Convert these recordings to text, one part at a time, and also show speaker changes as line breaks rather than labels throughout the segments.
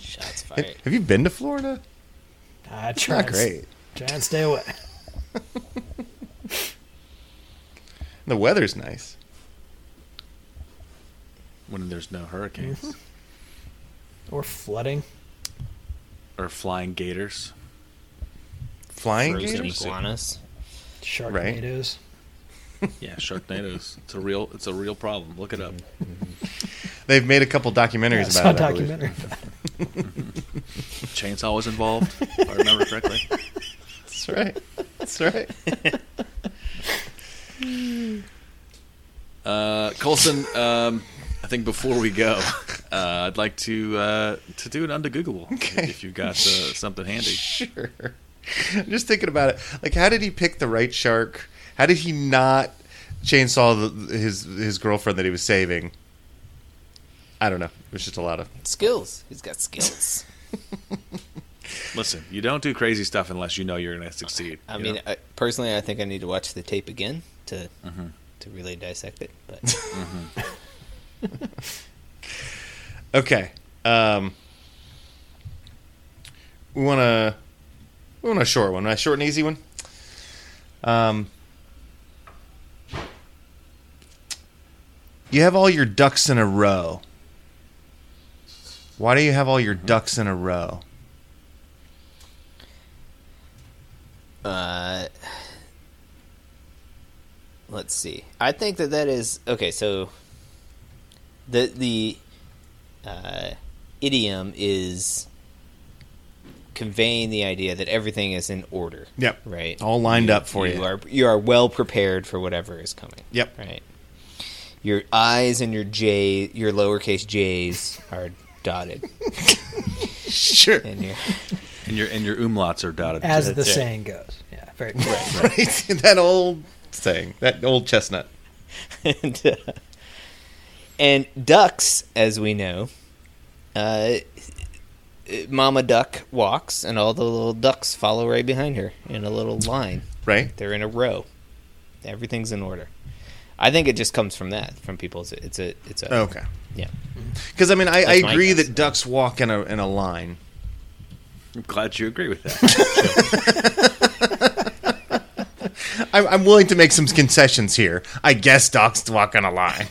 Shots fired.
Have you been to Florida?
I
It's
try
not
and-
great.
Try and Ah, stay away.
The weather's nice.
When there's no hurricanes
Mm-hmm. Or flooding.
or flying gators.
Flying
Frozen.
gator?
gators.
iguanas.
Shark
Right.
tornadoes.
Yeah, sharknadoes. it's a real. It's a real problem. Look it up.
They've made a couple
Yeah, I
documentaries
saw a
about it. I believe.
documentary.
Chainsaw was involved. If I remember correctly.
That's right. That's right.
Uh, Colson, um, I think before we go, uh, I'd like to uh, to do an under Google
Okay.
if you've got uh, something handy.
Sure. I'm just thinking about it. Like, how did he pick the right shark? How did he not chainsaw the, his his girlfriend that he was saving? I don't know. It was just a lot of.
Skills. He's got skills.
Listen, you don't do crazy stuff unless you know you're going to succeed.
I
you
mean,
know?
I, personally, I think I need to watch the tape again to
Mm-hmm.
to really dissect it. But
Okay. Um, we want to. We want a short one. A short and easy one. Um, you have all your ducks in a row. Why do you have all your ducks in a row?
uh, let's see. I think that that is okay. So the the uh, idiom is conveying the idea that everything is in order.
Yep.
Right.
All lined up for you.
You are you are well prepared for whatever is coming.
Yep.
Right. Your I's and your J, your lowercase J's are dotted,
Sure.
and your
and your and your umlauts are dotted.
As
too.
the saying goes. Yeah, very correct.
Right. that old saying. That old chestnut.
and, uh, and ducks, as we know, uh, Mama Duck walks, and all the little ducks follow right behind her in a little line.
Right?
They're in a row. Everything's in order. I think it just comes from that, from people's. It's a. It's a.
Okay.
Yeah.
Because I mean, I, I
That's my
agree
guess.
that ducks walk in a in a line.
I'm glad you agree with that.
I'm, I'm willing to make some concessions here. I guess ducks walk in a line.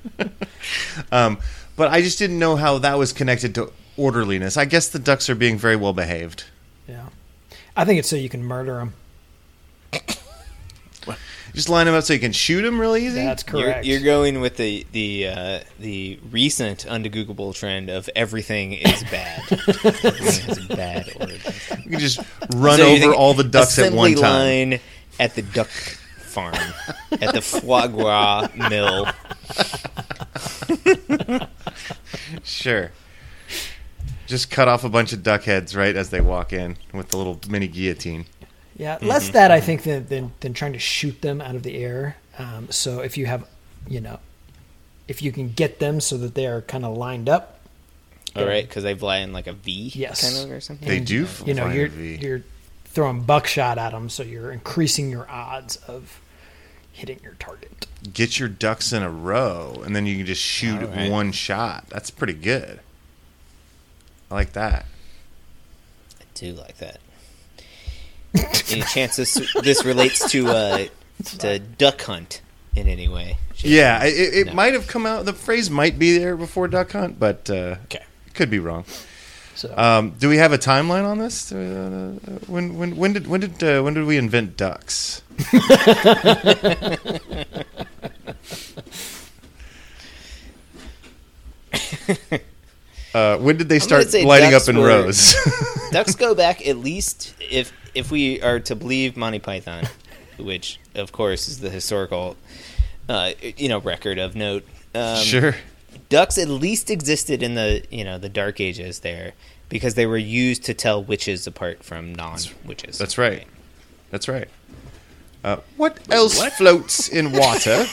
um, but I just didn't know how that was connected to orderliness. I guess the ducks are being very well behaved.
Yeah. I think it's so you can murder them.
Just line them up so you can shoot them real easy.
That's
You're,
correct.
you're going with the the uh, the recent undegooglable trend of everything is bad. everything has a bad origin.
you can just run
So you
over
think
all the ducks at one
assembly
time.
Line at the duck farm, at the foie gras mill.
Sure. Just cut off a bunch of duck heads right as they walk in with the little mini guillotine.
Yeah, less
Mm-hmm.
that I think than, than than trying to shoot them out of the air. Um, so if you have, you know, if you can get them so that they are kind of lined up,
All right, because they fly in like a V,
Yes.
kind of or something.
They do. f-
you know,
fly in
you're
a V.
you're throwing buckshot at them, so you're increasing your odds of hitting your target.
get your ducks in a row and then you can just shoot
All right.
one shot. That's pretty good. I like that.
I do like that. Any chance this this relates to uh, to duck hunt in any way?
Yeah, I- it, it
No.
might have come out. The phrase might be there before duck hunt, but uh,
Okay.
could be wrong.
So
Um, do we have a timeline on this? Uh, when when when did when did uh, when did we invent ducks? Uh, when did they
gonna
start
say
lining up
ducks
in
were-
rows?
Ducks go back at least if if we are to believe Monty Python, which of course is the historical, uh, you know, record of note. Um,
sure.
ducks at least existed in the you know the Dark Ages there because they were used to tell witches apart from non witches.
That's right. That's right. Uh, what else
what?
floats in water?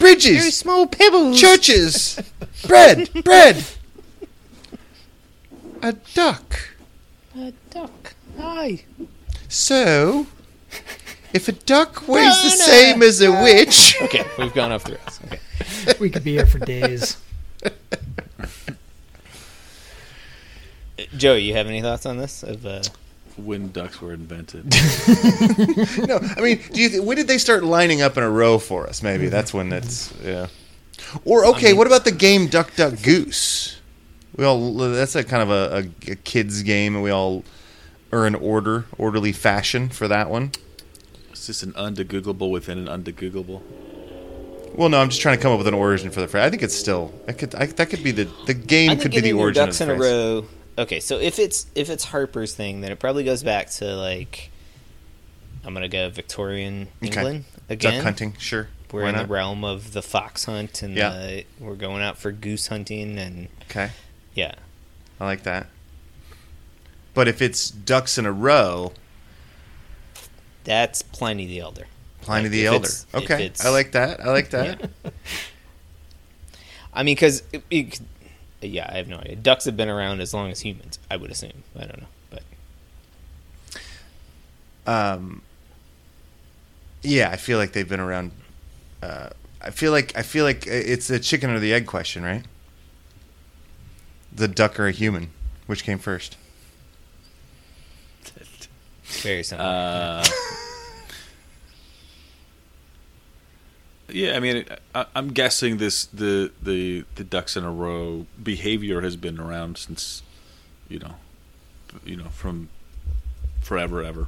Bridges.
Very small pebbles.
churches, bread, bread, a duck.
A duck. Hi.
So, if a duck weighs the same as a witch,
Okay, we've gone off the rails. Okay.
we could be here for days.
Joey, you have any thoughts on this? Of uh,
when ducks were invented.
No, I mean, do you? Th- when did they start lining up in a row for us? Maybe that's when it's yeah. Or okay, what about the game Duck Duck Goose? We all that's a kind of a, a, a kids game, and we all are in order, orderly fashion for that one.
It's just an undegoogleable within an undegoogleable.
Well, no, I'm just trying to come up with an origin for the phrase. I think it's still that could I, that could be the the game could be the
getting
origin.
ducks in
of the
a
phrase.
row. Okay, so if it's if it's Harper's thing, then it probably goes back to like I'm gonna go Victorian
Okay.
England again.
Duck hunting, sure.
We're
Why
in
not?
the realm of the fox hunt, and
Yeah.
the, we're going out for goose hunting, and
Okay,
yeah,
I like that. But if it's ducks in a row,
that's Pliny the Elder.
Pliny
Like,
the
if
Elder.
it's- if
Okay,
it's-
I like that. I like that.
Yeah. I mean, because yeah, I have no idea. Ducks have been around as long as humans, I would assume. I don't know, but
um, yeah, I feel like they've been around. Uh, I feel like I feel like it's the chicken or the egg question, right? The duck or a human, which came first?
very similar.
Uh, yeah, I mean, I, I'm guessing this the the the ducks in a row behavior has been around since, you know, you know from forever ever,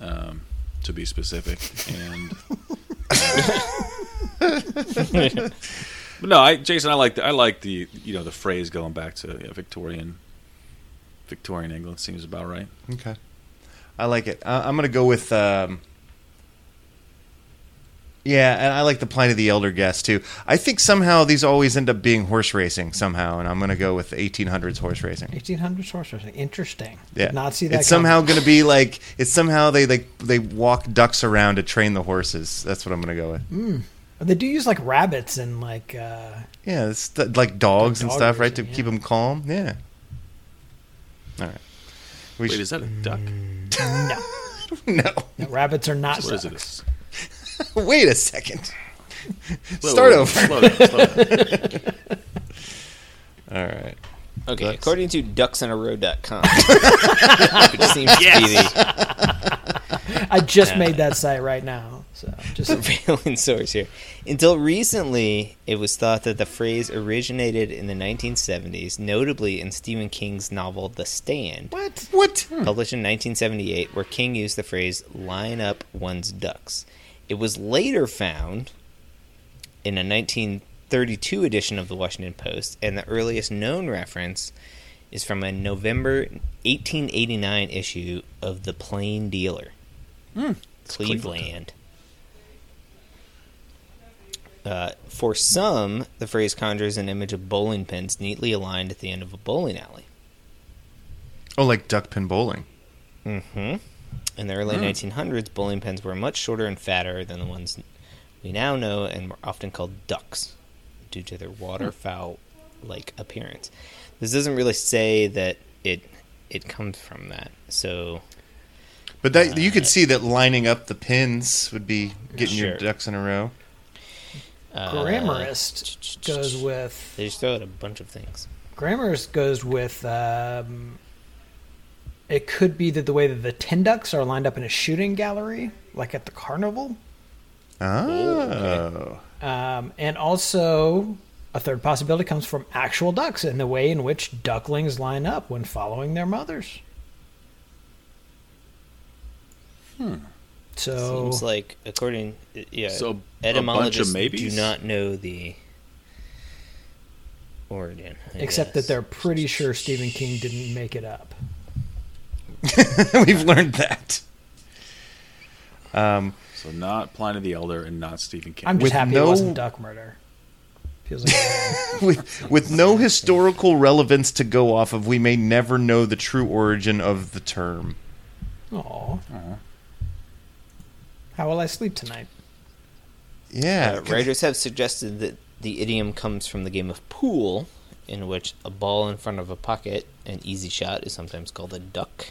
um, to be specific. And but no, I Jason, I like the I like the you know the phrase going back to yeah, Victorian. Victorian England seems about right.
Okay, I like it. I, I'm gonna go with. Um, yeah, and I like the Pliny the Elder guess too. I think somehow these always end up being horse racing somehow, and I'm gonna go with 1800s horse racing.
1800 horse racing. Interesting.
Yeah.
Did not see that.
It's somehow going to be like it's somehow they like they walk ducks around to train the horses. That's what I'm going to go with.
coming. They do use like rabbits and like. Uh,
Yeah, it's th- like dogs and
Dog
stuff, right? To
racing,
keep them calm. Yeah. All right. We
Wait,
should- Mm.
is that a duck?
no.
no.
no, rabbits are not.
What is it?
Wait a second.
Whoa,
Start
whoa, whoa,
over.
Slow down, slow down.
All right.
Uh, okay,
ducks.
according to ducksinarow.com, which seems to
I just made that site right now. So just
Uh,
be the prevailing source here. Until recently, it was thought that the phrase originated in the 1970s, notably in Stephen King's novel *The Stand*.
What? Hmm. What?
published in 1978, where King used the phrase "line up one's ducks." It was later found in a 1932 edition of the Washington Post, and the earliest known reference is from a November 1889 issue of the Plain Dealer, Cleveland. Uh, for some, the phrase conjures an image of bowling pins neatly aligned at the end of a bowling alley.
Oh, like duck pin bowling.
Mm-hmm.
hmm In the early 1900s, bowling pins were much shorter and fatter than the ones we now know and were often called ducks due to their
Hmm.
waterfowl like appearance. This doesn't really say that it it comes from that. So,
But that you could see that lining up the pins would be getting
Sure.
your ducks in a row.
uh,
grammarist goes with
They just throw out a bunch of things.
grammarist goes with. Um, it could be that the way that the tin ducks are lined up in a shooting gallery, like at the carnival,
Oh.
um, and also a third possibility comes from actual ducks and the way in which ducklings line up when following their mothers. Hmm. So
Seems like according yeah,
So a bunch of
etymologists do
maybes?
not know the origin. I
except
guess.
that they're pretty sure Stephen King didn't make it up.
Oh. We've learned that. Um,
So not Pliny the Elder and not Stephen King.
I'm just
With
happy
no-
it wasn't duck murder. Feels like
with, with no historical relevance to go off of, we may never know the true origin of the term.
oh.
Uh-huh.
How will I sleep tonight?
Yeah,
Uh, writers have suggested that the idiom comes from the game of pool, in which a ball in front of a pocket, an easy shot, is sometimes called a duck.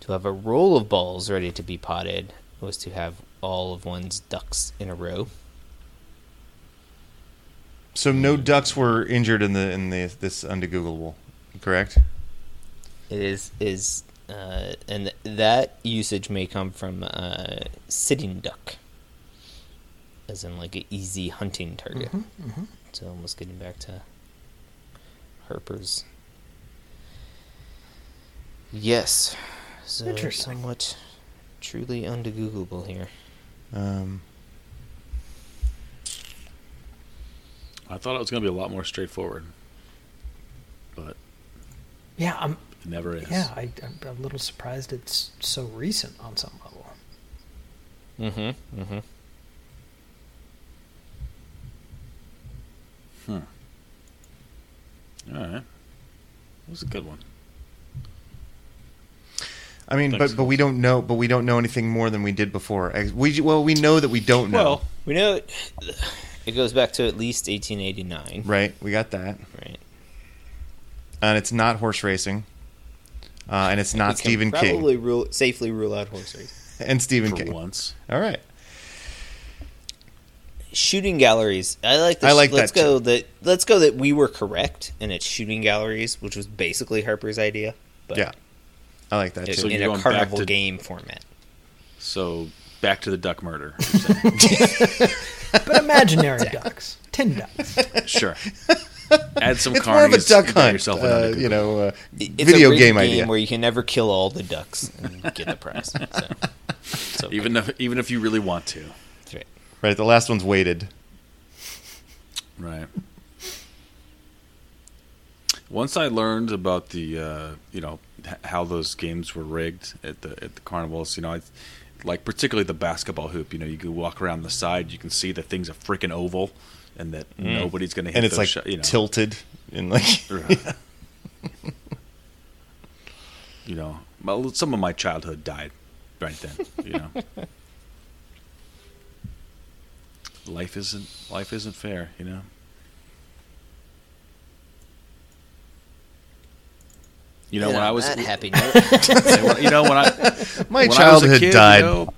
To have a roll of balls ready to be potted was to have all of one's ducks in a row.
So no ducks were injured in the in the this undegoogleable, correct?
is is uh, and that usage may come from uh, sitting duck, as in like an easy hunting target. So almost getting back to Harper's. Yes, so
Interesting.
somewhat truly undegoogleable here.
Um,
I thought it was going to be a lot more straightforward, but
Yeah, I'm.
it never is.
Yeah, I, I'm a little surprised it's so recent on some level.
Mm-hmm. Mm-hmm.
All right. That was a good one.
I mean,
Thanks.
but but we don't know, but we don't know anything more than we did before. Ex- We well, we know that we don't know,
Well, we know it, it goes back to at least 1889,
right? We got that,
right?
and it's not horse racing, uh, and it's
We
not
can
Stephen King
Probably rule, safely rule out horse race.
and Stephen
For
King.
once.
All right,
Shooting galleries. I like. This.
I like
Let's
that,
go that. Let's go that we were correct, and it's shooting galleries, which was basically Harper's idea. But
yeah, I like that
it-
too.
So
in
you're
a
going back
carnival
to-
game format.
So back to the duck murder. you're saying.
But imaginary ducks, tin ducks.
sure. Add some
it's more of a
carnies,
duck
you got
hunt,
yourself an
uh,
underdog.
you know, uh,
It- It's
video
a rigged
game idea.
where you can never kill all the ducks and get the prize. So, so
even if even if you really want to.
that's right.
Right, the last one's weighted.
Right. Once I learned about the, uh, you know, h- how those games were rigged at the at the carnivals, you know, I, like particularly the basketball hoop. You know, you can walk around the side, you can see the thing's a freaking oval, and that nobody's going to hit.
Mm. and it's
those
like
shot- you know.
tilted and like
Right. you know, my- some of my childhood died right then. You know, life isn't life isn't fair. You know. You know
And
when I
on
was
that happy note.
you know when I
my
when I was a
childhood
kid,
died.
You know, uh,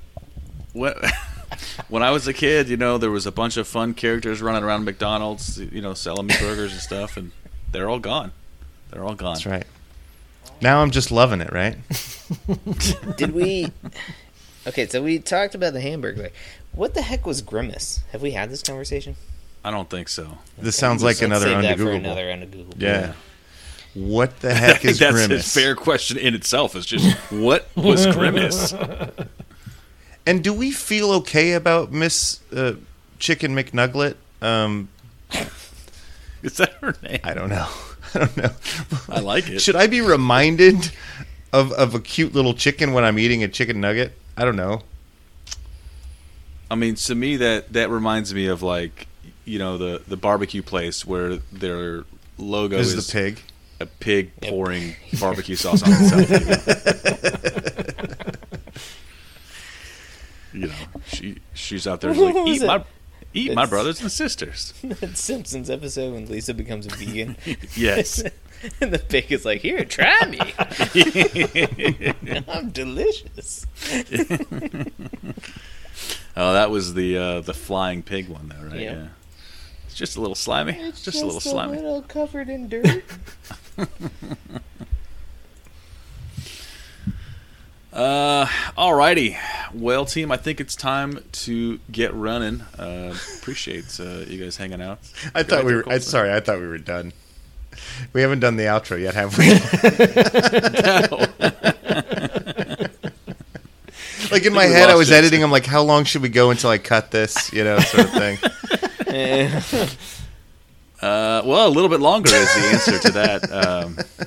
when, when I was a kid, you know, there was a bunch of fun characters running around McDonald's, you know, selling me burgers and stuff, and they're all gone. They're all gone.
That's right. Now I'm just loving it, right?
Did we? Okay, so we talked about the hamburger. What the heck was grimace? Have we had this conversation?
I don't think so.
This sounds like
Let's
another
save that for
undergoogleable.
another undergoogleable.
yeah. What the heck is
That's a
grimace?
fair question in itself. Is just what was grimace?
And do we feel okay about Miss uh, Chicken McNuglet? Um,
Is that her name?
I don't know. I don't know.
I like it.
Should I be reminded of of a cute little chicken when I'm eating a chicken nugget? I don't know.
I mean, to me that that reminds me of like you know the the barbecue place where their logo
This
is,
is the pig.
a pig pouring barbecue sauce on itself. you know. you know, she she's out there like
What was
eat my
it?
eat my
It's-
brothers and sisters.
That Simpsons episode when Lisa becomes a vegan.
Yes.
and the pig is like, "Here, try me. I'm delicious."
Oh, that was the uh, the flying pig one though, right?
Yeah.
Yeah. It's just a little slimy. It's just, a little slimy.
little covered in dirt.
Uh, alrighty. Well, team, I think it's time to get running. Uh, appreciate uh, you guys hanging out.
I
Go
thought
ahead,
we were. I,
Nicholson.
sorry, I thought we were done. We haven't done the outro yet, have we? like in my
we
head, I
lost
was
it.
editing. I'm like, how long should we go until I cut this? You know, sort of thing.
Uh, well, a little bit longer is the answer to that. Um,